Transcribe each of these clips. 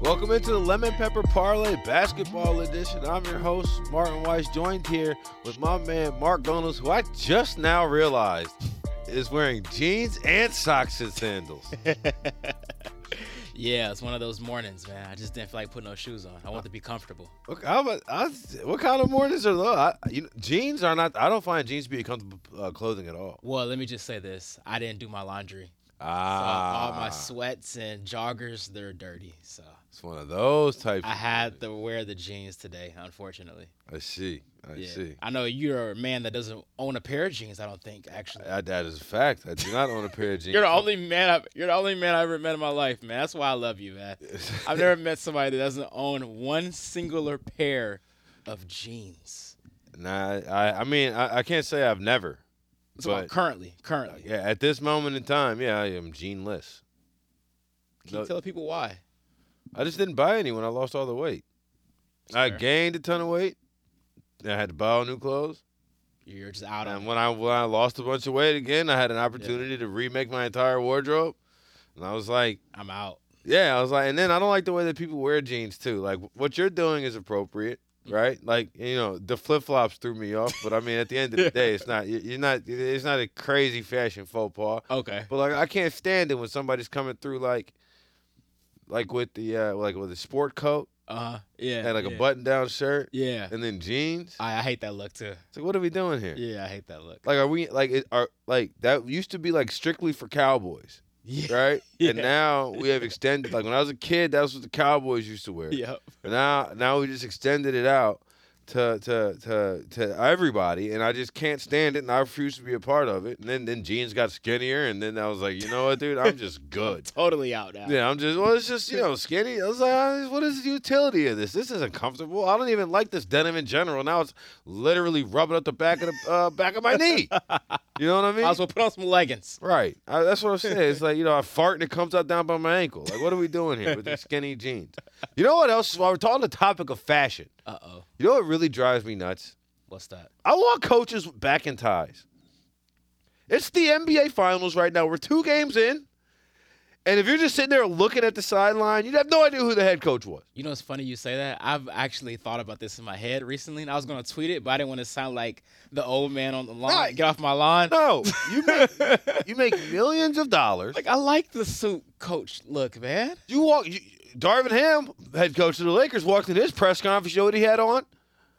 Welcome into the Lemon Pepper Parlay Basketball Edition. I'm your host, Martin Weiss, joined here with my man, Mark Donalds, who I just now realized is wearing jeans and socks and sandals. Yeah, it's one of those mornings, man. I just didn't feel like putting no shoes on. I want to be comfortable. What, how about- I- what kind of mornings are those? I, you know, jeans are not, I don't find jeans to be comfortable uh, clothing at all. Well, let me just say this: I didn't do my laundry. So Ah, all my sweats and joggers, they're dirty. So it's one of those types. I had to wear the jeans today, unfortunately. I see. I Yeah. see. I know you're a man that doesn't own a pair of jeans. I don't think actually. I, Uh, that is a fact. I do not own a pair of jeans. you're the only man. I've, you're the only man I ever met in my life, man. That's why I love you, man. I've never met somebody that doesn't own one singular pair of jeans. Nah, I, I mean, I, I can't say I've never. So but currently, currently, yeah, at this moment in time, yeah, I am jeanless. can you no- tell people why? I just didn't buy any when I lost all the weight. I Fair. gained a ton of weight. and I had to buy all new clothes. You're just out on And when I when I lost a bunch of weight again, I had an opportunity to remake my entire wardrobe. And I was like, I'm out. Yeah, I was like, and then I don't like the way that people wear jeans too. Like what you're doing is appropriate, right? Like you know, the flip flops threw me off, but I mean, at the end of the day, it's not you- you're not it's not a crazy fashion faux pas. Okay. But like I can't stand it when somebody's coming through like like with the uh like with a sport coat Uh yeah. and like yeah. a button down shirt Yeah. and then jeans. I, I hate that look too. It's like what are we doing here? Yeah, I hate that look. Like are we like it, are like that used to be like strictly for cowboys, Yeah. right? And Yeah. now we have extended like when I was a kid, that's what the cowboys used to wear. Yep. But now now we just extended it out to to to to everybody and I just can't stand it and I refuse to be a part of it. And then then jeans got skinnier and then I was like, you know what, dude, I'm just good. Totally out now. Yeah, I'm just well, it's just you know skinny. I was like, "Ah, what is the utility of this? This isn't comfortable. I don't even like this denim in general. Now it's literally rubbing up the back of the uh, back of my knee. You know what I mean? I was put on some leggings. right. I, that's what I'm saying. It's like you know I fart and it comes out down by my ankle. Like what are we doing here with these skinny jeans? You know what else? While we're talking the topic of fashion, Uh oh. you know what really drives me nuts? What's that? I want coaches back in ties. It's the NBA Finals right now. We're two games in. And if you're just sitting there looking at the sideline, you'd have no idea who the head coach was. You know, it's funny you say that. I've actually thought about this in my head recently, and I was gonna tweet it, but I didn't want to sound like the old man on the lawn. Right. Get off my lawn. No, you make, you make millions of dollars. Like I like the suit coach look, man. You walk. You, Darvin Ham, head coach of the Lakers, walked in his press conference. You know what he had on?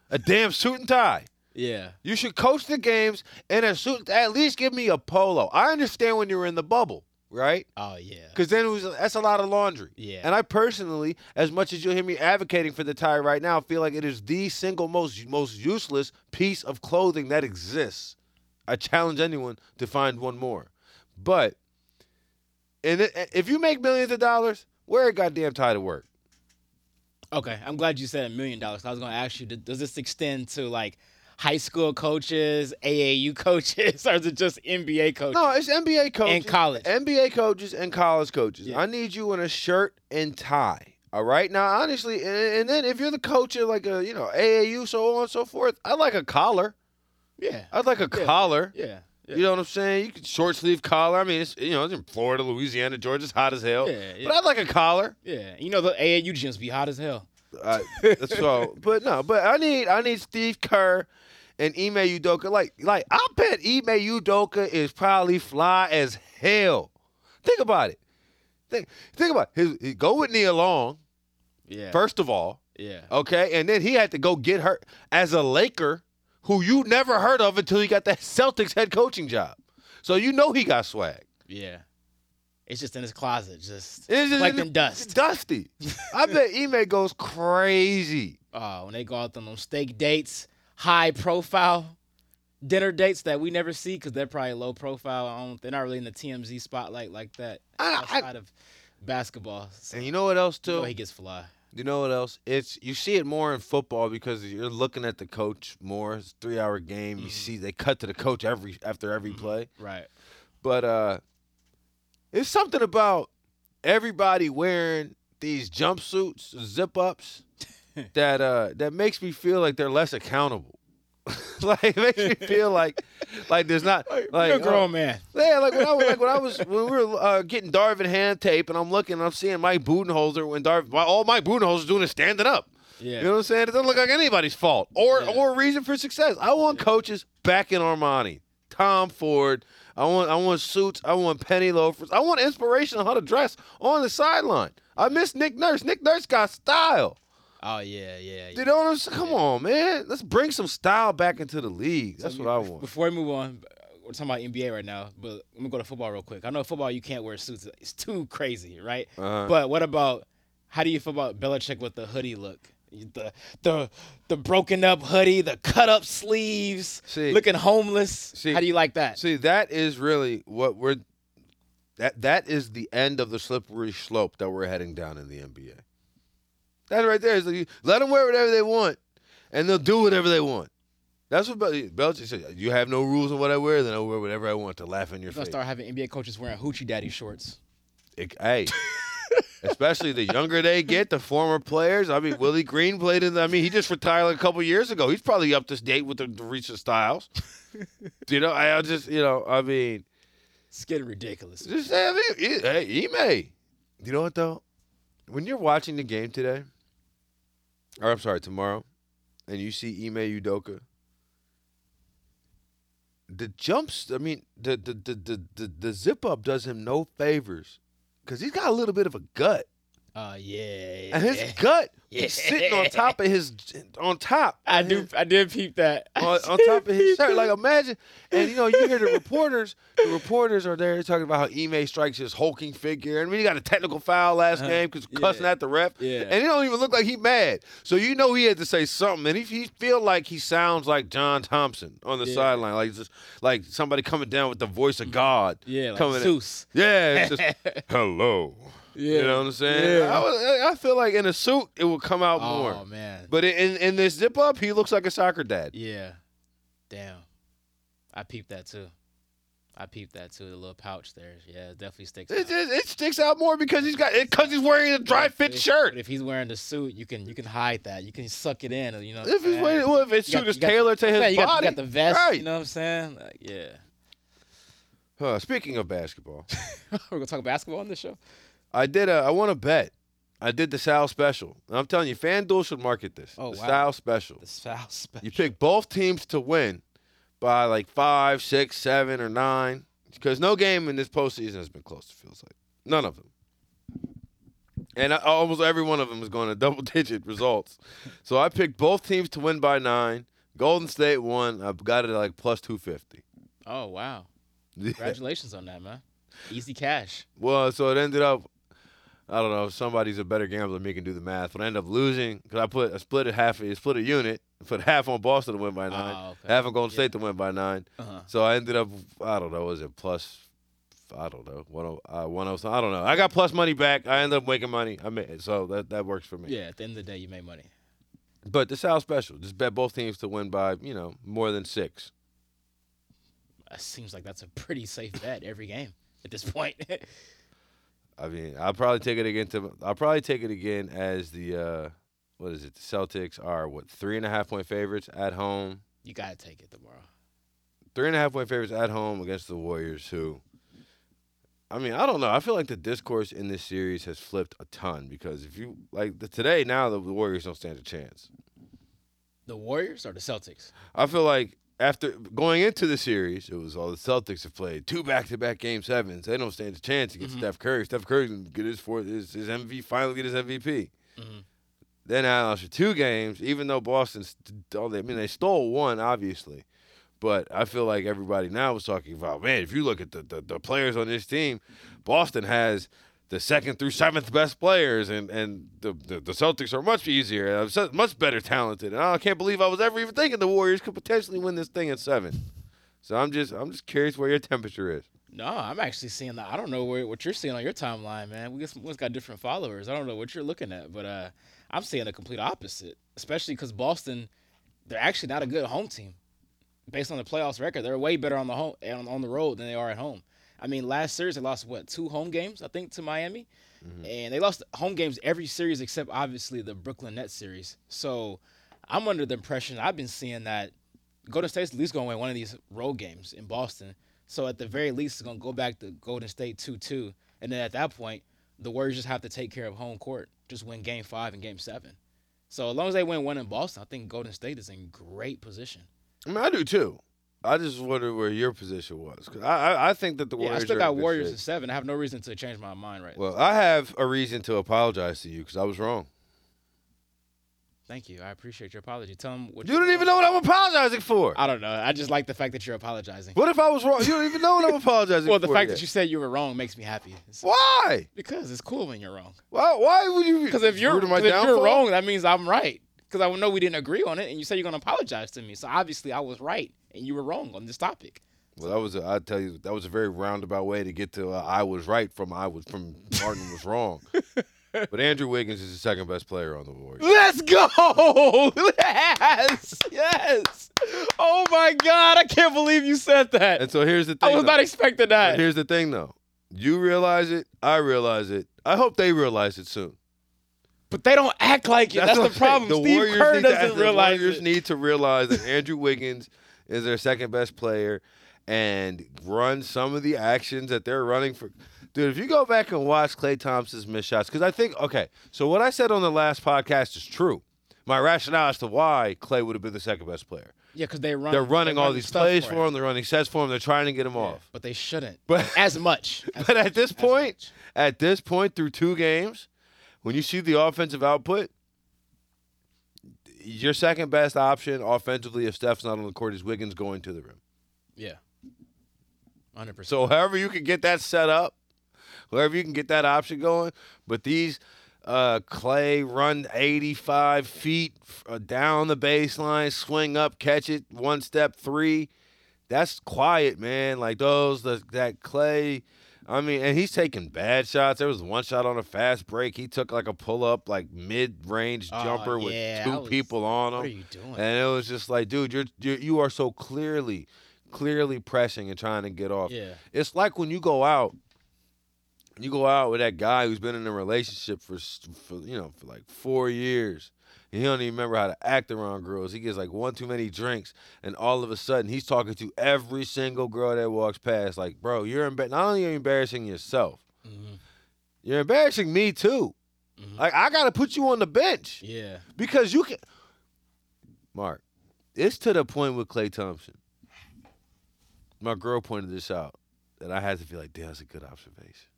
A damn suit and tie. Yeah. You should coach the games in a suit. At least give me a polo. I understand when you're in the bubble, right? Oh yeah. Because then it was, that's a lot of laundry. Yeah. And I personally, as much as you'll hear me advocating for the tie right now, feel like it is the single most most useless piece of clothing that exists. I challenge anyone to find one more. But and it, if you make millions of dollars, wear a goddamn tie to work. Okay, I'm glad you said a million dollars. 'cause I was going to ask you, d- does this extend to like high school coaches, AAU coaches, or is it just NBA coaches? No, it's NBA coaches And college. NBA coaches and college coaches. Yeah. I need you in a shirt and tie. All right. Now, honestly, and, and then if you're the coach of like a you know AAU, so on and so forth, I like a collar. Yeah, I'd like a Yeah. collar. yeah, yeah. You know what I'm saying? You could short sleeve collar. I mean, it's you know, it's in Florida, Louisiana, Georgia. It's hot as hell. Yeah, yeah. But I'd like a collar. yeah. You know the AAU gyms be hot as hell. Uh, so, but no, but I need I need Steve Kerr and Ime Udoka. Like like I bet Ime Udoka is probably fly as hell. Think about it. Think think about it. His, he go with Nia Long Yeah, first of all, yeah. okay, and then he had to go get her as a Laker who you never heard of until he got that Celtics head coaching job. So you know he got swag. yeah. It's just in his closet, It's just just- collecting dust. Dusty. I bet Ime goes crazy. Oh, when they go out on those steak dates, high profile dinner dates that we never see because they're probably low profile. I don't, they're not really in the TMZ spotlight like that I- I- outside of basketball. So And you know what else you know too? he gets fly. You know what else? It's you see it more in football because you're looking at the coach more. It's a three hour game. You Mhm. see they cut to the coach every after every Mm-hmm. play. Right. But uh it's something about everybody wearing these jumpsuits, zip ups that uh that makes me feel like they're less accountable. like it makes me feel like like there's not like, You're oh, a grown man. Yeah, like when I was like when I was when we were uh, getting Darvin hand tape, and I'm looking, and I'm seeing Mike Budenholzer when Darvin, my, all Mike Budenholzer's doing is standing up. Yeah. You know what I'm saying? It doesn't look like anybody's fault or Yeah. or reason for success. I want coaches back in Armani, Tom Ford. I want I want suits. I want penny loafers. I want inspiration on how to dress on the sideline. I miss Nick Nurse. Nick Nurse got style. oh yeah, yeah. yeah. You know what I'm saying? Come on, man. Let's bring some style back into the league. That's So, what I bef- want. Before we move on, uh, we're talking about NBA right now, but let me go to football real quick. I know football you can't wear suits; it's too crazy, right? Uh-huh. But what about how do you feel about Belichick with the hoodie look? The the the broken up hoodie, the cut up sleeves, See- looking homeless. see- how do you like that? See, that is really what we're that that is the end of the slippery slope that we're heading down in the NBA. That right there is like, let them wear whatever they want, and they'll do whatever they want. That's what Bel- Belichick said. You have no rules on what I wear, then I wear whatever I want to laugh in your You're gonna face. start having NBA coaches wearing hoochie daddy shorts. It- hey, especially the younger they get, the former players. I mean, Willie Green played in. The, I mean, he just retired a couple years ago. He's probably up to date with the, the recent styles. you know, I I just you know, I mean. It's getting ridiculous. Just have it. it- Hey, he may. You know what though? When you're watching the game today, or I'm sorry, tomorrow, and you see Ime Udoka, the jumps. I mean, the the the the the, the zip up does him no favors because he's got a little bit of a gut, Uh yeah. and his yeah. gut is sitting on Yeah. top of his on top. I do. I did peep that. on, on top of his shirt. Like imagine, and you know, you hear the reporters. The reporters are there talking about how Ime strikes his hulking figure. and mean, he got a technical foul last Uh-huh. game because cussing Yeah. at the ref, Yeah. and he don't even look like he mad. So you know he had to say something, and he, he feel like he sounds like John Thompson on the Yeah. Mm. sideline, like just like somebody coming down with the voice of God. yeah, like coming in. Seuss. Yeah, it's just hello. Yeah. You know what I'm saying? Yeah. I, was- I feel like in a suit it will come out Oh more. man. But in in this zip up, he looks like a soccer dad. Yeah. Damn. I peeped that too. I peeped that too. The little pouch there. Yeah, it definitely sticks. It, out. it, it sticks out more because he's got because he's wearing a dry fit But if- but shirt. If he's wearing the suit, you can you can hide that. You can suck it in. You know. what I'm If he's saying? wearing, well, if his You got- suit is you got- tailored to his yeah, you got, body. you got the vest. right. You know what I'm saying? Like, yeah. Huh, speaking of basketball, We're gonna talk basketball on this show. I did. A, I want to bet. I did the Sal special. And I'm telling you, FanDuel should market this. Oh, the wow. Sal special. The foul special. You pick both teams to win by like five, six, seven, or nine, because no game in this postseason has been close. It feels like none of them, and I, almost every one of them is going to double-digit results. So I picked both teams to win by nine. Golden State won. I've got it at like plus two fifty. Oh wow! Congratulations on that, man. Easy cash. Well, so it ended up. I don't know. If somebody's a better gambler than me can do the math, but I ended up losing because I put I split a half, I split a unit, put half on Boston to win by nine, Oh, okay. half on Golden Yeah. State to win by nine. Uh-huh. So I ended up, I don't know, was it plus, I don't know, one oh, uh, one oh, I don't know. I got plus money back. I ended up making money. I made it, so that that works for me. Yeah. At the end of the day, you made money. But the South special, just bet both teams to win by you know more than six. It uh, seems like that's a pretty safe bet every game at this point. I mean, I'll probably take it again to, I'll probably take it again as the, uh what is it? The Celtics are what three and a half point favorites at home. you gotta take it tomorrow. Three and a half point favorites at home against the Warriors, who. I mean, I don't know. I feel like the discourse in this series has flipped a ton because if you like the, today now the Warriors don't stand a chance. The Warriors or the Celtics? I feel like after going into the series, it was all the Celtics have played two back-to-back game sevens. They don't stand a chance against Steph Curry. Steph Curry can get his fourth, his, his MVP, finally get his MVP. Mhm. Then after two games, even though Boston, st- all they- I mean, they stole one obviously, but I feel like everybody now is talking about man. If you look at the the, the players on this team, Boston has. The second through seventh best players, and and the, the, the Celtics are much easier, and so- much better talented. And I can't believe I was ever even thinking the Warriors could potentially win this thing at seven. So I'm just I'm just curious where your temperature is. No, I'm actually seeing that. I don't know where, what you're seeing on your timeline, man. We just, we just got different followers. I don't know what you're looking at, but uh, I'm seeing the complete opposite, especially because Boston, they're actually not a good home team. Based on the playoffs record, they're way better on the home on, on the road than they are at home. I mean, last series they lost what two home games, I think, to Miami, and they lost home games every series except obviously the Brooklyn Nets series. So I'm under the impression I've been seeing that Golden State's at least going to win one of these road games in Boston. So at the very least, it's going to go back to Golden State 2 2. And then at that point, the Warriors just have to take care of home court, just win game five and game seven. So as long as they win one in Boston, I think Golden State is in great position. I mean, I do too. I just wonder where your position was 'cause I, I I think that the Yeah, Warriors. I still are in got good Warriors shape. in seven. I have no reason to change my mind right Well, I have a reason to apologize to you because I was wrong. Thank you. I appreciate your apology. Tell them what You don't even know what I'm apologizing for. I don't know. I just like the fact that you're apologizing. What if I was wrong? You don't even know what I'm apologizing Well, for. the fact yet. that you said you were wrong makes me happy. It's- Why? Because it's cool when you're wrong. Why? Why would you? Because if you're Word of my because if you're downfall? wrong, that means I'm right. Because I know we didn't agree on it, and you said you're gonna apologize to me. So obviously I was right, and you were wrong on this topic. Well, that was a, I tell you that was a very roundabout way to get to uh, I was right from I was from Martin was wrong. But Andrew Wiggins is the second best player on the Warriors. Let's go! Yes, yes. Oh my God! I can't believe you said that. And so here's the thing. I was though. not expecting But that. here's the thing though. You realize it, I realize it. I hope they realize it soon. But they don't act like it. That's, what the I'm saying. problem. Steve Kerr need to- doesn't realize The Warriors it. need to realize that Andrew Wiggins is their second best player and run some of the actions that they're running for. Dude, if you go back and watch Clay Thompson's missed shots, because I think okay, so what I said on the last podcast is true. My rationale as to why Clay would have been the second best player. Yeah, because they run. They're running they all run these stuff plays for for him. him. They're running sets for him. They're trying to get him Yeah, off. but they shouldn't. But as much. As but at this as point, much. at this point through two games, when you see the offensive output, your second best option offensively if Steph's not on the court is Wiggins going to the rim. yeah, hundred percent. So however you can get that set up, whoever you can get that option going, but these uh, Clay run 85 feet uh, down the baseline, swing up, catch it, one step three. That's quiet, man. Like those, the, that Clay. I mean, and he's taking bad shots. There was one shot on a fast break. He took like a pull up, like mid range Oh, jumper with yeah, I two was- people on him. What are you doing? And it was just like, dude, you're, you're you are so clearly, clearly pressing and trying to get off. yeah, It's like when you go out, you go out with that guy who's been in a relationship for, s- for you know, for like four years. And he don't even remember how to act around girls. He gets like one too many drinks, and all of a sudden he's talking to every single girl that walks past. Like, bro, you're embar- not only are you embarrassing yourself, Mhm. you're embarrassing me too. Mhm. Like, I gotta put you on the bench yeah. because you can. Mark, it's to the point with Clay Thompson. My girl pointed this out, and I had to be like, "Damn, that's a good observation."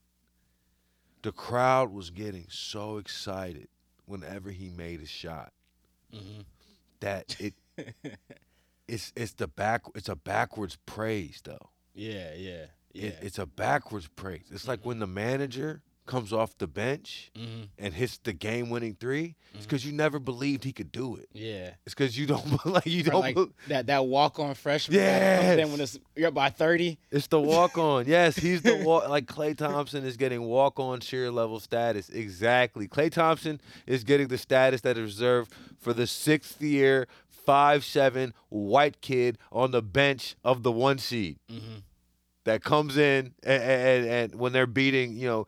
The crowd was getting so excited whenever he made a shot Mhm. that it it's it's the back it's a backwards praise though. yeah, yeah, yeah, It, it's a backwards praise. It's like when the manager comes off the bench hmm and hits the game-winning 3 It's because you never believed he could do it. yeah. It's because you don't like you Or don't. like bel- that that walk on freshman. that comes in Yes. when it's you're up by thirty. It's the walk on. yes, he's the walk. Like Clay Thompson is getting walk on sheer level status. Exactly. Clay Thompson is getting the status that is reserved for the sixth year, five seven white kid on the bench of the one seed Mm-hmm. that comes in and, and, and when they're beating you know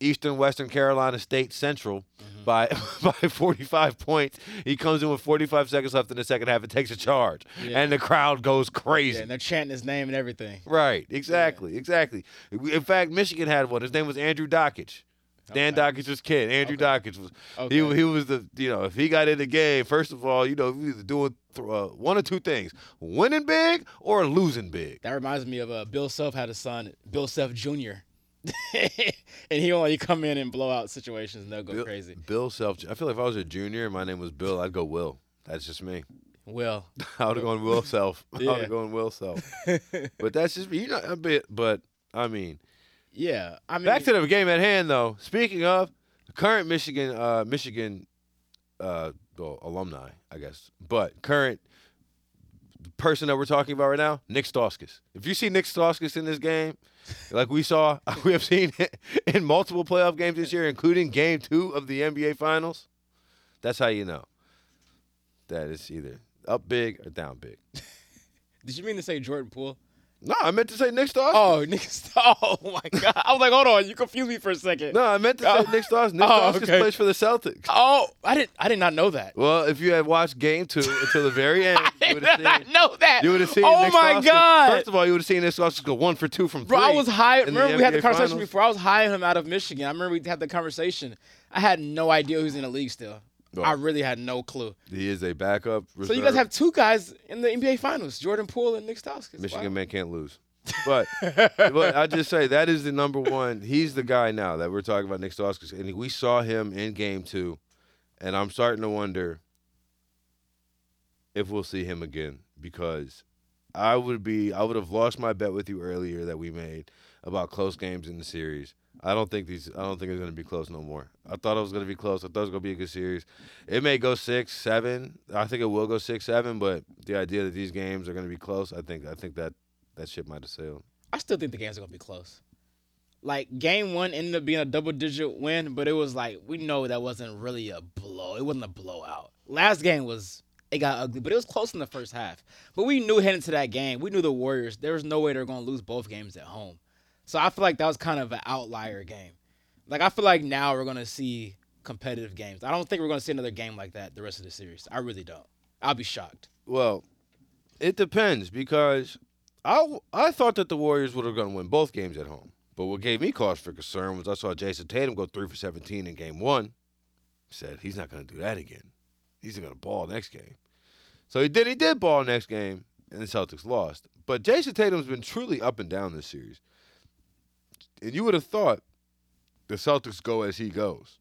Eastern Western Carolina State Central Mhm. by by 45 points, he comes in with 45 seconds left in the second half and takes a charge, Yeah. and the crowd goes crazy. Yeah, and they're chanting his name and everything. Right. Exactly. Exactly. We- In fact, Michigan had one. His name was Andrew Dockage. Dan Dockage's kid. Andrew Dockage was Okay. he. He was the you know if he got in the game. First of all, you know he was doing th- uh, one or two things: winning big or losing big. That reminds me of uh, Bill Self had a son, Bill Self Jr. and he only come in and blow out situations and they'll go Bill- crazy. Bill Self. I feel like if I was a junior and my name was Bill, I'd go Will. That's just me. Well, I would have gone Will Self. I would Yeah. have gone Will Self. But that's just me. You know a bit. But I mean, yeah. I mean, Back to the game at hand, though. Speaking of the current Michigan, uh, Michigan uh, well, alumni, I guess, but current person that we're talking about right now, Nick Stauskas. If you see Nick Stauskas in this game, like we saw, we have seen it in multiple playoff games this year, including Game Two of the NBA Finals. That's how you know that it's either up big or down big. did you mean to say Jordan Poole? No, I meant to say Knicks to Austin. Oh, niggas. Oh my god. I was like, hold on, you confused me for a second. No, I meant to Oh. say Knicks to Austin. Knicks Oh, to Austin okay. plays for the Celtics. Oh, I didn't. I did not know that. Well, if you had watched game two until the very end, I you would did have not seen. know that. You would have seen. Oh Knicks to my Austin. god. First of all, you would have seen Knicks to Austin go one for two from Bro, three. I was high. in the Remember, we had the NBA conversation Finals. before. I was high on him out of Michigan. I remember we had the conversation. I had no idea who's in the league still. Well, I really had no clue. He is a backup. Reserve. So you guys have two guys in the NBA Finals: Jordan Poole and Nick Stauskas. Michigan Wow. man can't lose. But but I just say that is the number one. He's the guy now that we're talking about, Nick Stauskas, and we saw him in game two, and I'm starting to wonder if we'll see him again because I would be I would have lost my bet with you earlier that we made about close games in the series. I don't think these. I don't think it's going to be close no more. I thought it was going to be close. I thought it was going to be a good series. It may go six, seven. I think it will go six, seven. But the idea that these games are going to be close, I think. I think that that shit might have sailed. I still think the games are gonna be close. Like game one ended up being a double digit win, but it was like we know that wasn't really a blow. It wasn't a blowout. Last game was it got ugly, but it was close in the first half. But we knew heading to that game, we knew the Warriors. There was no way they were gonna lose both games at home. So I feel like that was kind of an outlier game. Like I feel like now we're gonna see competitive games. I don't think we're gonna see another game like that the rest of the series. I really don't. I'll be shocked. Well, it depends because I I thought that the Warriors would have going to win both games at home. But what gave me cause for concern was I saw Jason Tatum go three for seventeen in game one. Said he's not going to do that again. He's going to ball next game. So he did. He did ball next game, and the Celtics lost. But Jason Tatum's been truly up and down this series, and you would have thought the Celtics go as he goes.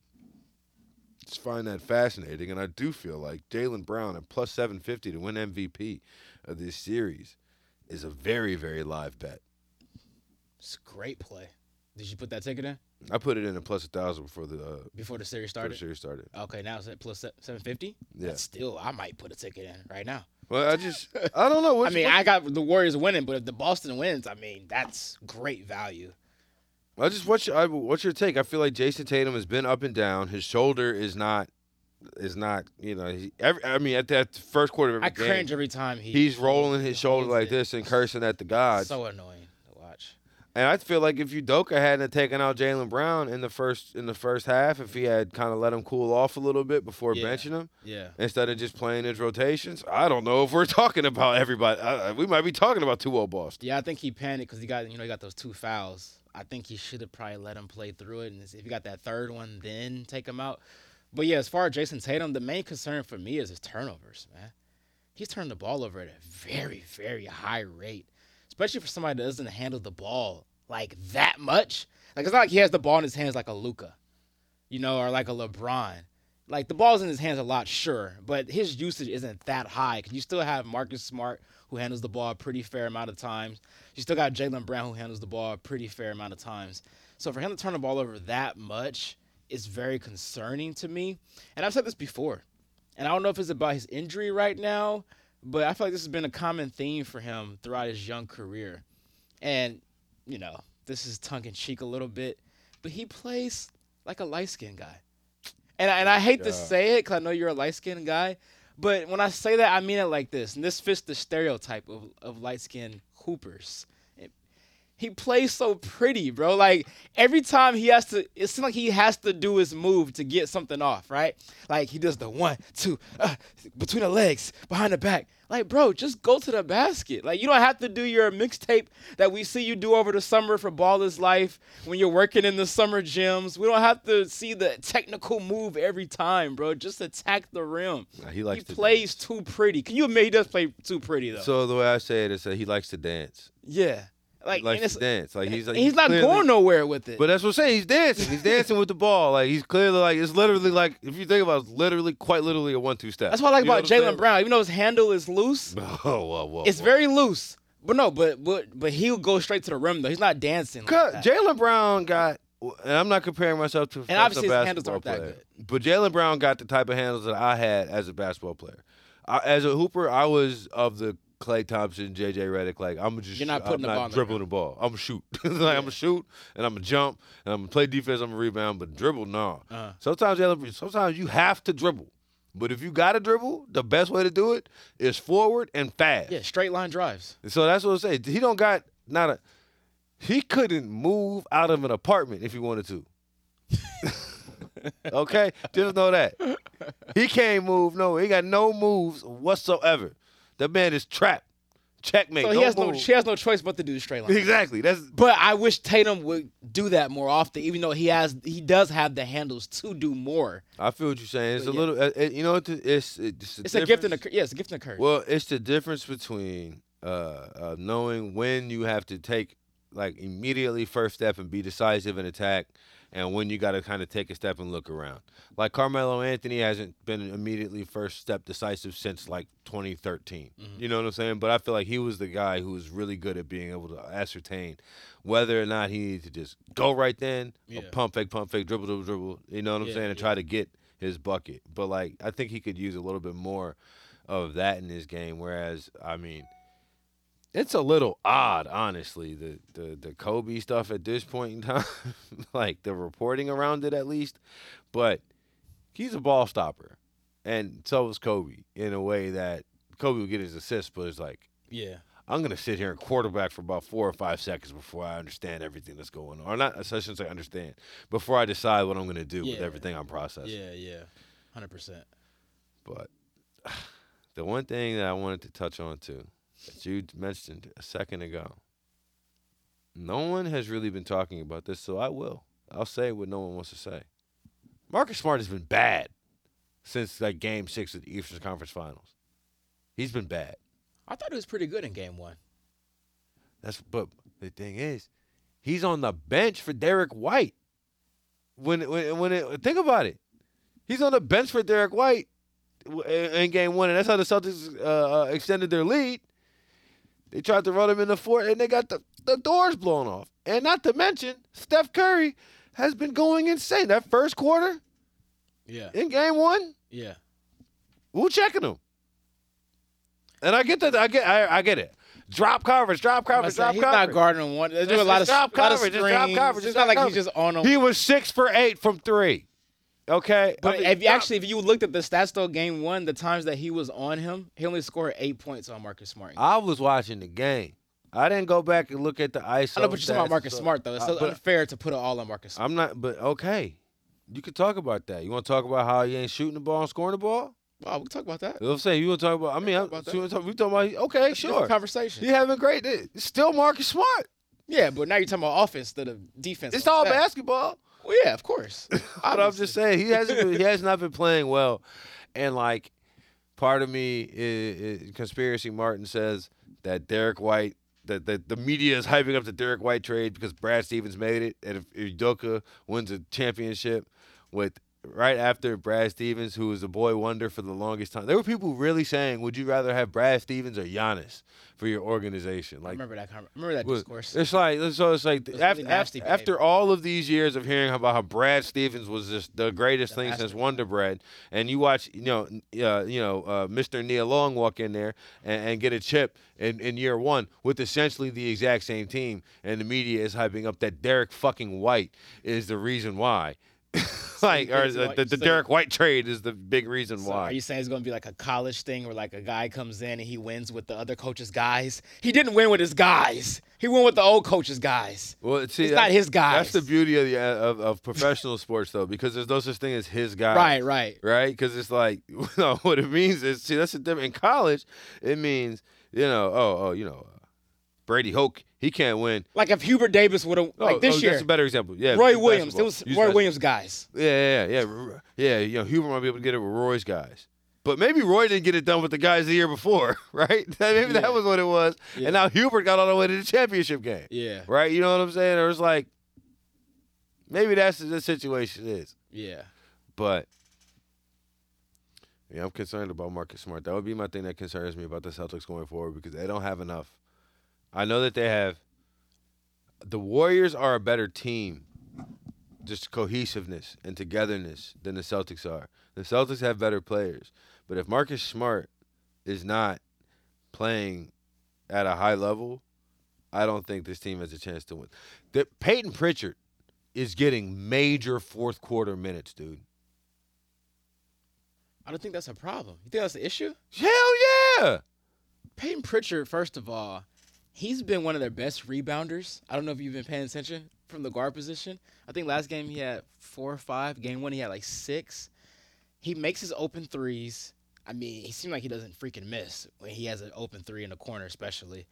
Just find that fascinating, and I do feel like Jalen Brown at plus seven fifty to win MVP of this series is a very very live bet. It's a great play. Did you put that ticket in I put it in a plus a thousand before the, uh, before the series before the started? series started. Okay, now it's at plus seven fifty. Yeah. That's still, I might put a ticket in right now. Well, I just I don't know. I What's, mean, I got the Warriors winning, but if the Boston wins, I mean, that's great value. I just what's your, I, what's your take? I feel like Jason Tatum has been up and down. His shoulder is not is not you know. He, every, I mean, at that first quarter of every I game, cringe every time he he's rolling his he shoulder holds like it. this and cursing at the gods. So annoying to watch. And I feel like if Udoka hadn't taken out Jalen Brown in the first in the first half, if he had kind of let him cool off a little bit before Yeah. benching him Yeah, instead of just playing his rotations, I don't know if we're talking about everybody. Uh, we might be talking about 2-0 Boston. yeah. I think he panicked because he got you know he got those two fouls. I think he should have probably let him play through it, and if he got that third one, then take him out. But yeah, as far as Jason Tatum, the main concern for me is his turnovers, man. He's turning the ball over at a very, very high rate, especially for somebody that doesn't handle the ball like that much. Like it's not like he has the ball in his hands like a Luca, you know, or like a LeBron. Like the ball's in his hands a lot, sure, but his usage isn't that high because you still have Marcus Smart who handles the ball a pretty fair amount of times. You still got Jalen Brown who handles the ball a pretty fair amount of times. So for him to turn the ball over that much is very concerning to me. And I've said this before, and I don't know if it's about his injury right now, but I feel like this has been a common theme for him throughout his young career. And, you know, this is tongue in cheek a little bit, but he plays like a light skinned guy. And I, and I hate to God. say it because I know you're a light skinned guy, but when I say that, I mean it like this. And this fits the stereotype of, of light skinned hoopers. He plays so pretty, bro. Like every time he has to, it seems like he has to do his move to get something off, right? Like he does the one, two, uh, between the legs, behind the back. Like, bro, just go to the basket. Like you don't have to do your mixtape that we see you do over the summer for Ball is Life when you're working in the summer gyms. We don't have to see the technical move every time, bro. Just attack the rim. Nah, he likes he to plays too pretty. Can you admit he does play too pretty though? So the way I say it is that he likes to dance. yeah. Like, He and likes it's, to dance. Like he's like and he's not clearly- going nowhere with it. But that's what I'm saying. He's dancing. He's dancing with the ball. Like he's clearly like it's literally like if you think about it, it's literally quite literally a one-two step. That's what I like You know about what I'm Jalen saying? Brown. Even though his handle is loose, Oh, whoa, whoa, it's whoa. very loose. But no, but but but he'll go straight to the rim though. He's not dancing. like Cut. that. Jalen Brown got, and I'm not comparing myself to And obviously a his handles basketball aren't that player, but Jalen Brown got the type of handles that I had as a basketball player. I, as a hooper, I was of the Clay Thompson, JJ Redick. Like I'm just, You're not I'm putting the not ball in the dribbling the ball. I'm gonna shoot. like I'm gonna shoot, and I'm gonna jump, and I'm gonna play defense. I'm gonna rebound, but dribble, no. Uh-huh. Sometimes Jalen, sometimes you have to dribble. But if you got to dribble, the best way to do it is forward and fast. yeah, straight line drives. So that's what I'm saying. He don't got not a. He couldn't move out of an apartment if he wanted to. okay, just know that he can't move. No, he got no moves whatsoever. The man is trapped. Checkmate. So he no has no move. she has no choice but to do the straight line. Exactly. That's But I wish Tatum would do that more often, even though he has he does have the handles to do more. I feel what you're saying. It's But a yeah. little, uh, it- you know, it's it's, it's, the It's a gift and a difference- cur- yeah, it's a gift and a curse. Well, it's the difference between uh, uh, knowing when you have to take like immediately first step and be decisive and attack, and when you got to kind of take a step and look around. Like Carmelo Anthony hasn't been immediately first step decisive since like 2013. You know what I'm saying? But I feel like he was the guy who was really good at being able to ascertain whether or not he needed to just go right then, or Yeah. pump fake, pump fake, dribble, dribble, dribble. You know what I'm Yeah, saying? And yeah. try to get his bucket. But like, I think he could use a little bit more of that in this game. Whereas, I mean, it's a little odd, honestly, the the, the Kobe stuff at this point in time, like the reporting around it at least. But he's a ball stopper, and so is Kobe in a way that Kobe will get his assists, but it's like. yeah. I'm gonna sit here and quarterback for about four or five seconds before I understand everything that's going on, or not. I shouldn't say understand before I decide what I'm gonna do with Yeah. everything I'm processing. Yeah, yeah. Hundred percent. But the one thing that I wanted to touch on too, that you mentioned a second ago, no one has really been talking about this, so I will. I'll say what no one wants to say. Marcus Smart has been bad since like Game Six of the Eastern Conference Finals. He's been bad. I thought he was pretty good in game one. That's but the thing is, he's on the bench for Derek White. When when when it, think about it, he's on the bench for Derek White w- in in game one, and that's how the Celtics uh, uh, extended their lead. They tried to run him in the fourth, and they got the, the doors blown off. And not to mention, Steph Curry has been going insane. That first quarter Yeah, in game one, yeah. who checking him? And I get that. I get. I, I get it. Drop coverage. Drop I'm coverage. saying Drop he's coverage. not guarding one. There's Just- a lot of, just drop lot of coverage, just drop screens. coverage, It's just not drop like he's just on him. He was six for eight from three. Okay, I But mean, if you stop. actually, if you looked at the stats though, game one, the times that he was on him, he only scored eight points on Marcus Smart. I, I was watching the game. I didn't go back and look at the ISO. know, but you're talking stats, about Marcus so- Smart though. It's I- so Uh, but Uh, unfair to put it all on Marcus. Smart. I'm not. But okay, you could talk about that. You want to talk about how you ain't shooting the ball and scoring the ball? Wow, we can Oh, talk about that. You know what I'm saying you want to talk about. I mean, Yeah, I, talk about that. you wanna talk- we talking about. Okay, It's a different sure. Conversation. You having great. it's Still Marcus Smart. Yeah, but now you're talking about offense instead of defense. It's on all stat. basketball. Well, yeah, of course. But I'm just saying he hasn't been, he has not been playing well, and like part of me is, conspiracy. Martin says that Derek White that the, the media is hyping up the Derek White trade because Brad Stevens made it, and if Udoka wins a championship with right after Brad Stevens, who was a boy wonder for the longest time, there were people really saying, "Would you rather have Brad Stevens or Giannis for your organization?" I Like remember that. con- Remember that was- discourse. It's like so. It's like It was af- really af- nasty after, all of these years of hearing about how Brad Stevens was just the greatest The thing since master. Wonder Bread, and you watch, you know, n- uh, you know, uh, Mr. Neil Long walk in there and, and get a chip in, in year one with essentially the exact same team, and the media is hyping up that Derek fucking White is the reason why. like, or is the, why- the, the so- Derek White trade is the big reason So why. are you saying it's going to be like a college thing where like a guy comes in and he wins with the other coach's guys? He didn't win with his guys. He won with the old coach's guys. well, see, it's not his That's guys. the beauty of the uh, of, of professional sports though, because there's no such thing as his guy. Right, right. right? Because it's like, no, what it means is, see, that's the difference. In college, it means, you know, oh, oh, you know, uh, Brady Hoke, he can't win. Like if Hubert Davis would have Oh, like oh, this year, that's a better example. Yeah, Roy use Williams. basketball. It was Use Roy basketball. Williams guys. Yeah, yeah, yeah, yeah, yeah. You know, Huber might be able to get it with Roy's guys. But maybe Roy didn't get it done with the guys the year before, right? maybe Yeah. that was what it was. Yeah. And now Hubert got all the way to the championship game Yeah, right? You know what I'm saying? Or it's like maybe that's what the situation is. yeah. But yeah, I'm concerned about Marcus Smart. That would be my thing that concerns me about the Celtics going forward because they don't have enough. I know that they have. The Warriors are a better team, just cohesiveness and togetherness than the Celtics are. The Celtics have better players, but if Marcus Smart is not playing at a high level, I don't think this team has a chance to win. The, Peyton Pritchard is getting major fourth quarter minutes, dude. I don't think that's a problem. You think that's the issue? Hell yeah! Peyton Pritchard, first of all, He's been one of their best rebounders. I don't know if you've been paying attention from the guard position. I think last game he had four or five. Game one he had like six. He makes his open threes. I mean, he seems like he doesn't freaking miss when he has an open three in the corner, especially.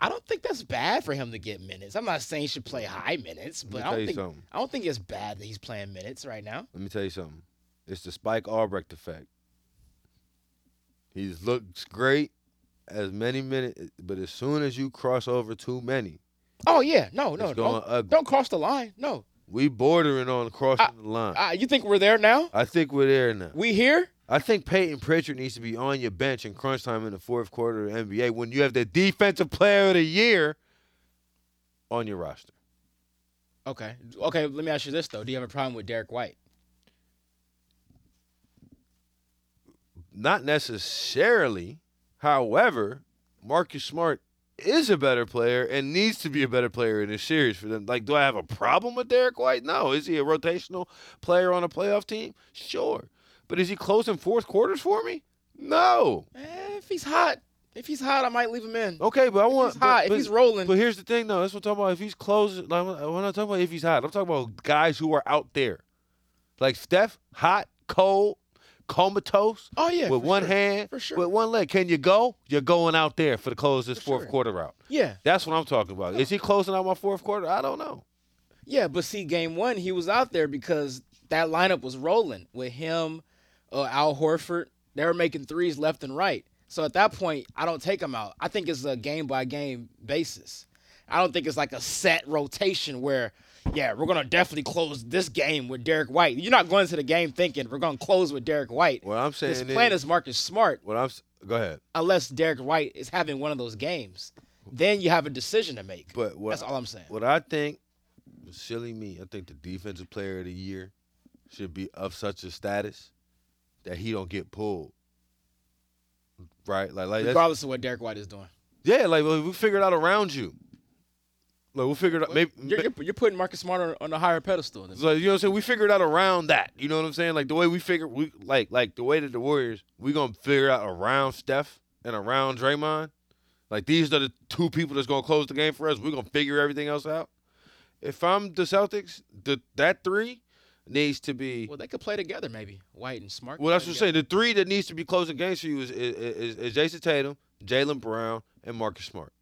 I don't think that's bad for him to get minutes. I'm not saying he should play high minutes, Let me but I tell don't you think something. I don't think it's bad that he's playing minutes right now. Let me tell you something. It's the Spike Albrecht effect. He looks great as many minutes, but as soon as you cross over too many, Oh yeah, no, no, it's going don't, ugly. don't cross the line. No, We bordering on crossing the line. uh, you think we're there now? I think we're there now. We here? I think Peyton Pritchard needs to be on your bench in crunch time in the fourth quarter of the NBA when you have the defensive player of the year on your roster. Okay, okay. Let me ask you this though: Do you have a problem with Derek White? Not necessarily. However, Marcus Smart is a better player and needs to be a better player in this series for them. Like, do I have a problem with Derek White? No. Is he a rotational player on a playoff team? Sure. But is he closing fourth quarters for me? No. Eh, if he's hot, if he's hot, I might leave him in. Okay, but I If want. he's Oh, but- hot, but- if he's rolling, But here's the thing, though. That's what I'm talking about. If he's closing, like, I'm I'm not talking about if he's hot. I'm talking about guys who are out there, like Steph, hot, cold, comatose, oh yeah, with for one sure. hand, For sure. with one leg. Can you go? You're going out there for the close this For fourth sure. quarter out. Yeah, That's what I'm talking about. Is he closing out my fourth quarter? I don't know. yeah. But see, game one, he was out there because that lineup was rolling with him, uh, Al Horford. They were making threes left and right. So at that point, I don't take him out. I think it's a game by game basis. I don't think it's like a set rotation where, yeah, we're gonna definitely close this game with Derek White. You're not going to the game thinking we're gonna close with Derek White. What I'm saying His plan is, is Marcus Smart. what I'm s- go ahead. unless Derek White is having one of those games. Then you have a decision to make. But what That's all I'm saying. What I think, silly me, I think the defensive player of the year should be of such a status that he don't get pulled. Right? Like, like that's, Regardless of what Derek White is doing, yeah, like well, we figured out around you. Like we figured out maybe, you're, you're, you're putting Marcus Smart on, on a higher pedestal. Than like, you know what I'm saying? We figured out around that. You know what I'm saying? Like the way we figure we like like the way that the Warriors, we gonna figure out around Steph and around Draymond. Like these are the two people that's gonna close the game for us. We're gonna figure everything else out. If I'm the Celtics, the that three needs to be well, they could play together maybe. White and Smart. could well, that's play what I'm saying. The three that needs to be closing games for you is is, is, is Jason Tatum, Jalen Brown, and Marcus Smart.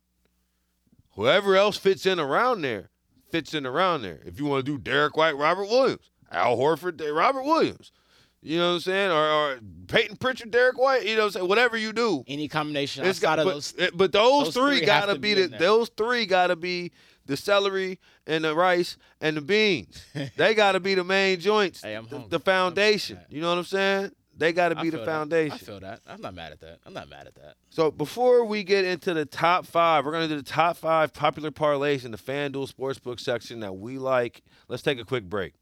Whoever else fits in around there fits in around there. If you want to do Derek White, Robert Williams, Al Horford, they- Robert Williams, you know what I'm saying, or, or Peyton Pritchard, Derek White, you know what I'm saying. Whatever you do, together. Any combination it's outside got, of but, those. it- but those, those three, three have gotta to be be the in there. those three gotta be the celery and the rice and the beans. they gotta be the main joints, Hey, I'm the, hungry. the foundation. I'm- You know what I'm saying? They gotta I be the feel that. foundation. I feel that. I'm not mad at that. I'm not mad at that. So before we get into the top five, we're gonna do the top five popular parlays in the FanDuel Sportsbook section that we like. Let's take a quick break.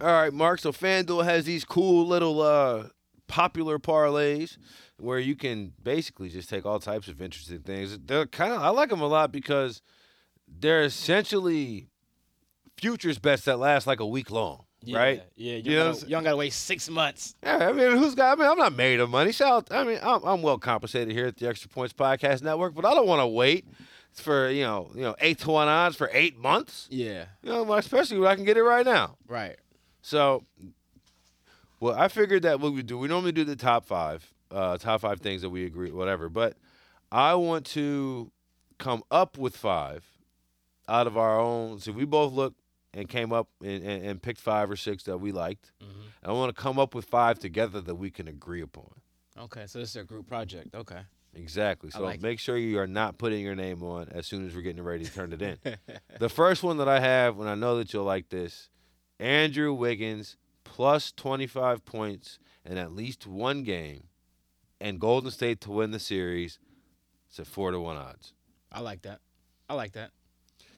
All right, Mark. So FanDuel has these cool little uh, popular parlays where you can basically just take all types of interesting things. They're kind of I like them a lot because they're essentially futures bets that last like a week long, right? Yeah. You, You know don't what I'm gotta- saying? you don't got to wait six months. Yeah, I mean, who's got? I mean, I'm not made of money. Shout out, I mean, I'm, I'm well compensated here at the Extra Points Podcast Network, but I don't want to wait for you know, you know, eight to one odds for eight months. Yeah. You know, especially when I can get it right now. Right. So, well, I figured that what we do, we normally do the top five, uh, top five things that we agree, whatever. But I want to come up with five out of our own. So we both looked and came up and, and, and picked five or six that we liked. Mhm. I want to come up with five together that we can agree upon. Okay. So this is a group project. Okay. Exactly. I So like make sure you are not putting your name on as soon as we're getting ready to turn it in. the first one that I have, and I know that you'll like this, Andrew Wiggins plus 25 points in at least one game, and Golden State to win the series. It's at four to one odds. I like that. I like that.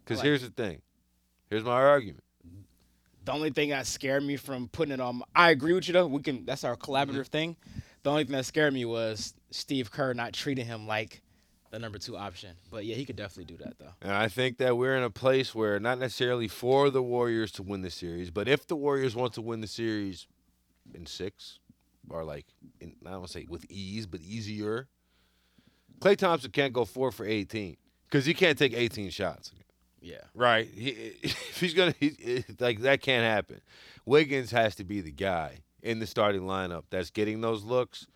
Because Like- here's the thing. Here's my argument. The only thing that scared me from putting it on, my, I agree with you though. We can that's our collaborative thing. The only thing that scared me was Steve Kerr not treating him like the number two option. But yeah, he could definitely do that though. And I think that we're in a place where not necessarily for the Warriors to win the series, but if the Warriors want to win the series in six are like in, I don't want to say with ease, but easier. Clay Thompson can't go four for eighteen because he can't take eighteen shots. Yeah. Right. He, if he's gonna he, like that can't happen. Wiggins has to be the guy in the starting lineup that's getting those looks.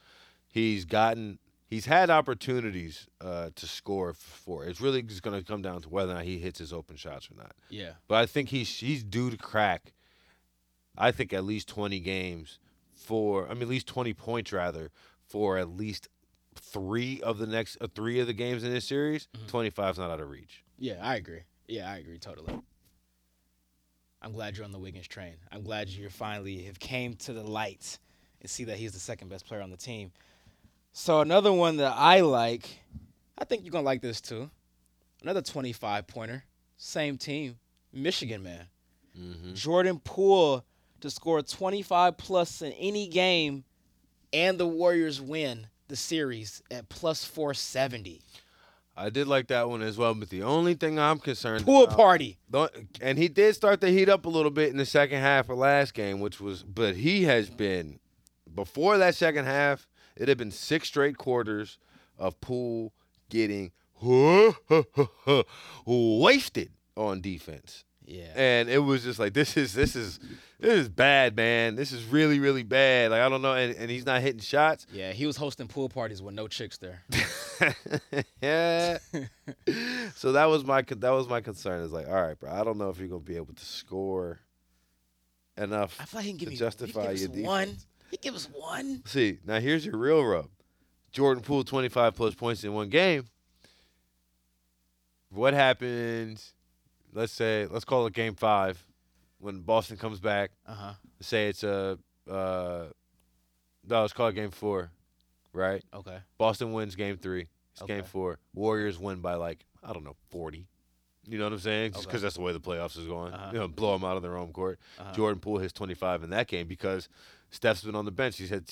He's gotten he's had opportunities uh, to score for. It's really just gonna come down to whether or not he hits his open shots or not. Yeah. But I think he's he's due to crack. I think at least twenty games for I mean at least twenty points rather for at least three of the next uh, three of the games in this series. Mhm. Twenty five's not out of reach. Yeah, I agree. Yeah, I agree totally. I'm glad you're on the Wiggins train. I'm glad you finally have came to the light and see that he's the second best player on the team. So another one that I like, I think you're gonna like this too. Another 25 pointer, same team, Michigan man. Mm-hmm. Jordan Poole to score 25 plus in any game, and the Warriors win the series at plus 470. I did like that one as well, but the only thing I'm concerned Pool about- party. Don't- and he did start to heat up a little bit in the second half of last game, which was, but he has been before that second half. It had been six straight quarters of Poole getting wasted on defense, Yeah. and it was just like this is this is this is bad, man. This is really really bad. Like I don't know, and, and he's not hitting shots. Yeah, he was hosting pool parties with no chicks there. yeah. so that was my that was my concern. Is like, all right, bro, I don't know if you're gonna be able to score enough. I feel like he can give To me justify he your can give us one. defense. He give us one. See, now here's your real rub. Jordan Poole 25 plus points in one game. What happens? Let's say let's call it game five when Boston comes back. Uh huh. Say it's a uh, no, let's call it game four, right? Okay. Boston wins game three. It's game Okay. four. Warriors win by like I don't know forty. You know what I'm saying? Just Okay. because that's the way the playoffs is going. Uh-huh. You know, blow them out of their home court. Uh-huh. Jordan Poole hits 25 in that game because Steph's been on the bench. He's had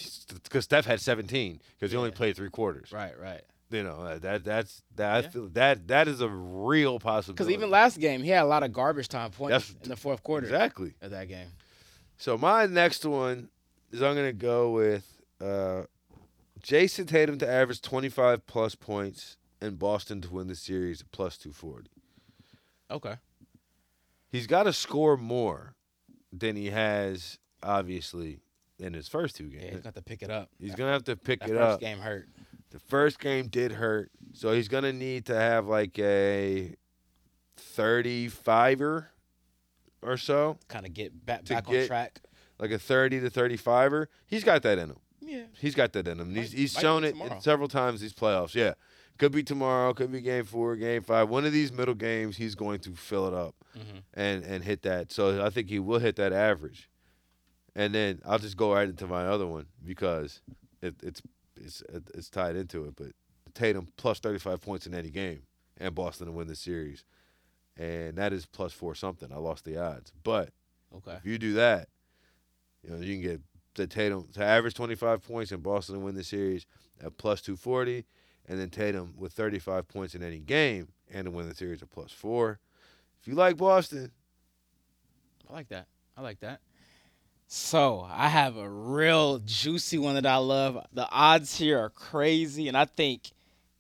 because Steph had 17 because he only Yeah. played three quarters. Right, right. You know uh, that that's that I Yeah. feel that that is a real Because possibility. even last game, he had a lot of garbage time points That's- in the fourth quarter exactly. of that game. So my next one is I'm gonna go with uh, Jason Tatum to average 25 plus points and Boston to win the series at plus 240. Okay. he's got to score more than he has obviously in his first two Yeah, games. he's got to pick it up. he's that, gonna have to pick that it first up. game hurt. The first game did hurt, so he's gonna need to have like a thirty-fiver or so, Kind of get back, To back get- on track. like a thirty to thirty-fiver. He's got that in him. Yeah. He's got that in him. And He's, Might- he's might shown be it tomorrow. several times these playoffs. Yeah, could be tomorrow, could be game four, game five. One of these middle games, he's going to fill it up. Mm-hmm. and and hit that. So I think he will hit that average. And then I'll just go right into my other one because it, it's it's it's tied into it. But Tatum plus thirty five points in any game, and Boston to win the series, and that is plus four something. I lost the odds, but Okay. if you do that, you know you can get the Tatum to average twenty five points and Boston to win the series at plus two forty, and then Tatum with thirty five points in any game and to win the series at plus four. If you like Boston, I like that. I like that. So I have a real juicy one that I love. The odds here are crazy, and I think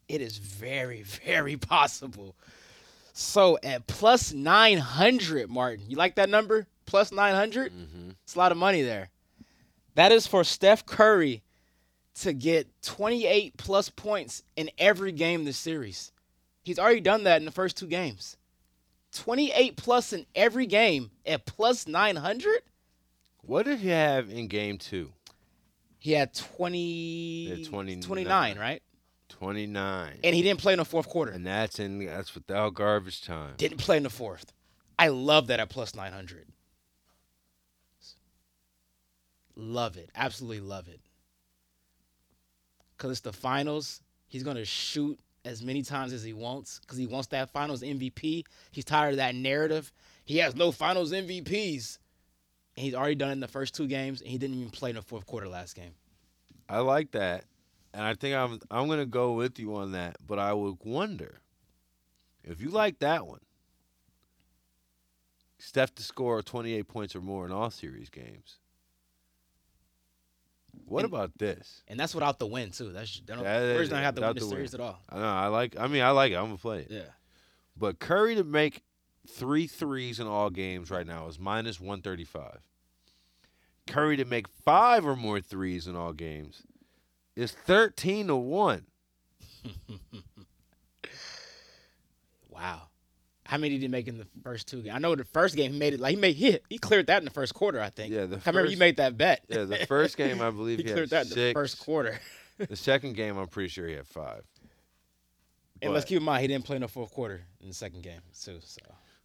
it is very, very possible. So at plus 900, Martin, you like that number? Plus 900? It's a lot of money there. That is for Steph Curry to get 28 plus points in every game this series. He's already done that in the first two games. 28 plus in every game at plus 900. What did he have in game two? He had 20, Yeah, 29. 29, right? 29. And he didn't play in the fourth quarter. And that's in that's without garbage time. Didn't play in the fourth. I love that at plus 900. Love it. Absolutely love it. Because it's the finals. He's going to shoot as many times as he wants because he wants that finals MVP. He's tired of that narrative. He has no finals MVPs. And he's already done it in the first two games, and he didn't even play in the fourth quarter last game. I like that. And I think I'm I'm gonna go with you on that, but I would wonder if you like that one. Steph to score 28 points or more in all series games. What about this? and that's without the win too. That's they don't, That is- Warriors don't have to win without the the win. series at all. I know. I like. I mean, I like it. I'm gonna play it. Yeah, But Curry to make three threes in all games right now is minus 135. Curry to make five or more threes in all games is 13 to 1. wow. How many did he make in the first two games? I know the first game he made it. Like he made he he cleared that in the first quarter. I think. Yeah, the I remember you first- made that bet. Yeah, the first game, I believe he he, had cleared that in the six. first quarter. The second game, I'm pretty sure he had five. And let's But- keep in mind he didn't play in the fourth quarter in the second game too. So.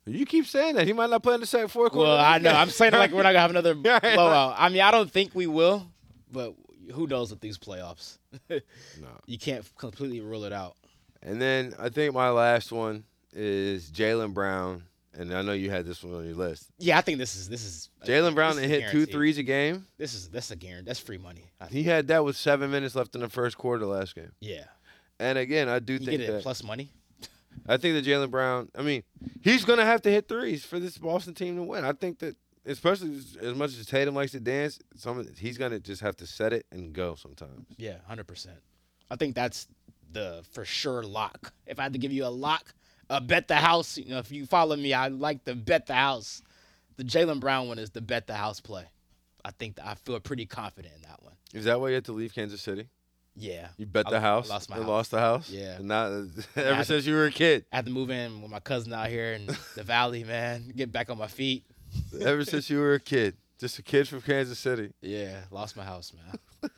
You keep saying that. He might not play in the second fourth quarter. Well, I know. I'm saying like we're not gonna have another Yeah, yeah. blowout. I mean, I don't think we will, but who knows with these playoffs? No. You can't completely rule it out. And then I think my last one is Jalen Brown. And I know you had this one on your list. Yeah, I think this is this is Jalen Brown that this is hit two guaranteed. threes a game. This is that's a guarantee. That's free money. I think. He had that with seven minutes left in the first quarter last game. Yeah, And again, I do you think get it that plus money. I think that Jalen Brown. I mean, he's gonna have to hit threes for this Boston team to win. I think that, especially as- as much as Tatum likes to dance, some of- he's gonna just have to set it and go sometimes. Yeah, hundred percent. I think that's the for sure lock. If I had to give you a lock, a bet the house. You know, if you follow me, I like the bet the house. The Jalen Brown one is the bet the house play. I think that I feel pretty confident in that one. Is that why you had to leave Kansas City? Yeah. You bet I- the house. I lost my and house. lost the house. Yeah. And not I ever had- since you were a kid. I had to move in with my cousin out here in the valley, man. Get back on my feet. ever since you were a kid. Just a kid from Kansas City. Yeah, lost my house, man.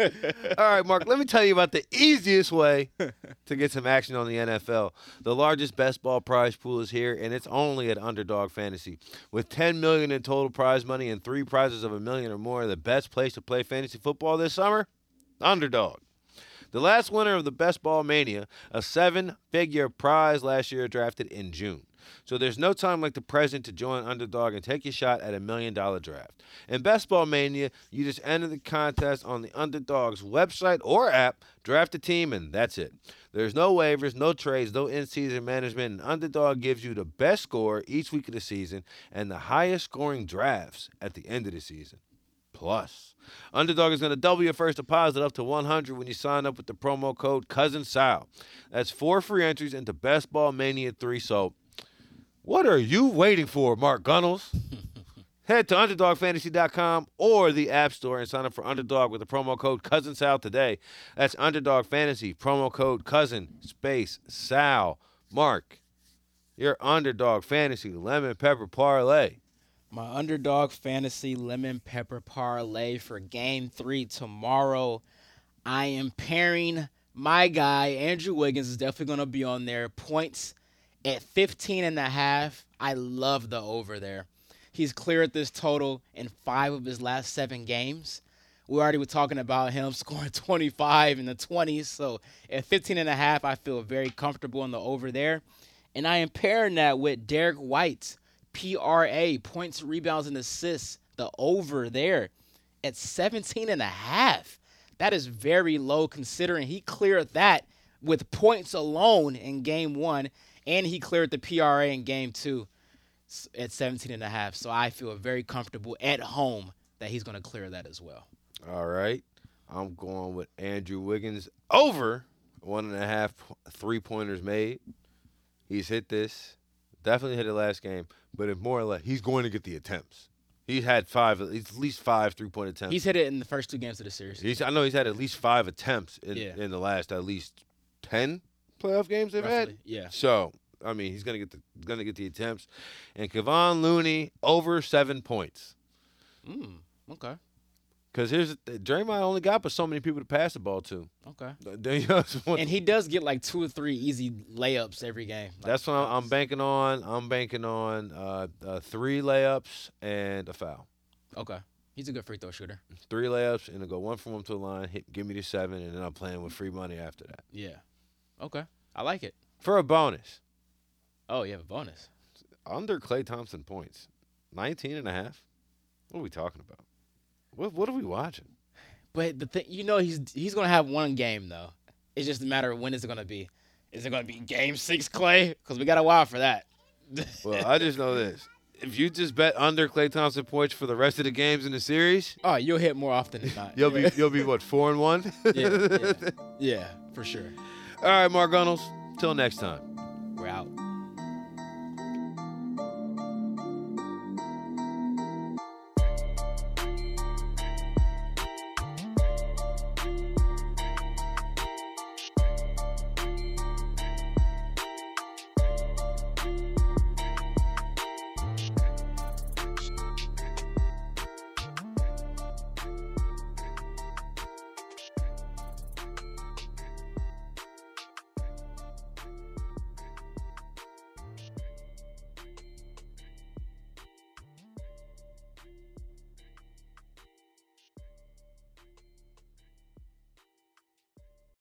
All right, Mark, let me tell you about the easiest way to get some action on the NFL. The largest best ball prize pool is here, and it's only at Underdog Fantasy. With 10 million in total prize money and three prizes of a million or more, the best place to play fantasy football this summer? Underdog. The last winner of the Best Ball Mania, a seven figure prize last year, drafted in June. So there's no time like the present to join Underdog and take your shot at a million dollar draft. In Best Ball Mania, you just enter the contest on the Underdog's website or app, draft a team, and that's it. There's no waivers, no trades, no in season management, and Underdog gives you the best score each week of the season and the highest scoring drafts at the end of the season. Plus, Underdog is going to double your first deposit up to 100 when you sign up with the promo code Cousin Sal. That's four free entries into Best Ball Mania 3. So, what are you waiting for, Mark Gunnels? Head to UnderdogFantasy.com or the App Store and sign up for Underdog with the promo code Cousin Sal today. That's Underdog Fantasy, promo code Cousin Space Sal. Mark, your Underdog Fantasy Lemon Pepper Parlay. my underdog fantasy lemon pepper parlay for game three tomorrow. I am pairing my guy, Andrew Wiggins, is definitely going to be on there. Points at 15 and a half. I love the over there. He's cleared this total in five of his last seven games. We already were talking about him scoring 25 in the 20s. So at 15 and a half, I feel very comfortable on the over there. And I am pairing that with Derek White's PRA, points, rebounds, and assists, the over there at 17 and a half. That is very low considering he cleared that with points alone in game one, and he cleared the PRA in game two s- at 17 and a half. So I feel very comfortable at home that he's going to clear that as well. All right. I'm going with Andrew Wiggins over one and a half three pointers made. He's hit this. Definitely hit it last game. But if more or less, he's going to get the attempts. He's had five, at least- at least five three point attempts. He's hit it in the first two games of the series. He's- I know he's had at least five attempts in, Yeah. in the last at least 10 playoff games they've had. roughly. Yeah. So, I mean, he's gonna get the gonna get the attempts, and Kevon Looney over seven points. Mm, okay. Because here's the th- Draymond only got but so many people to pass the ball to. Okay. That's And he does get like two or three easy layups every game. Like, what I'm, I'm banking on. I'm banking on uh, uh, three layups and a foul. Okay. He's a good free throw shooter. Three layups and to go one from one to the line. Hit, give me the seven, and then I'm playing with free money after that Yeah. Okay. I like it. for a bonus Oh, you have a bonus. under Clay Thompson points, 19 and a half. What are we talking about? What What are we watching? But the thing, you know, he's he's gonna have one game though. It's just a matter of when is it gonna be. Is it gonna be Game Six, Clay? Because we got a while for that. Well, I just know this. if you just bet under Clay Thompson points for the rest of the games in the series, Oh, you'll hit more often than not. you'll be you'll be what four and one. yeah, yeah, yeah, for sure. All right, Mark Gunnels. Till next time.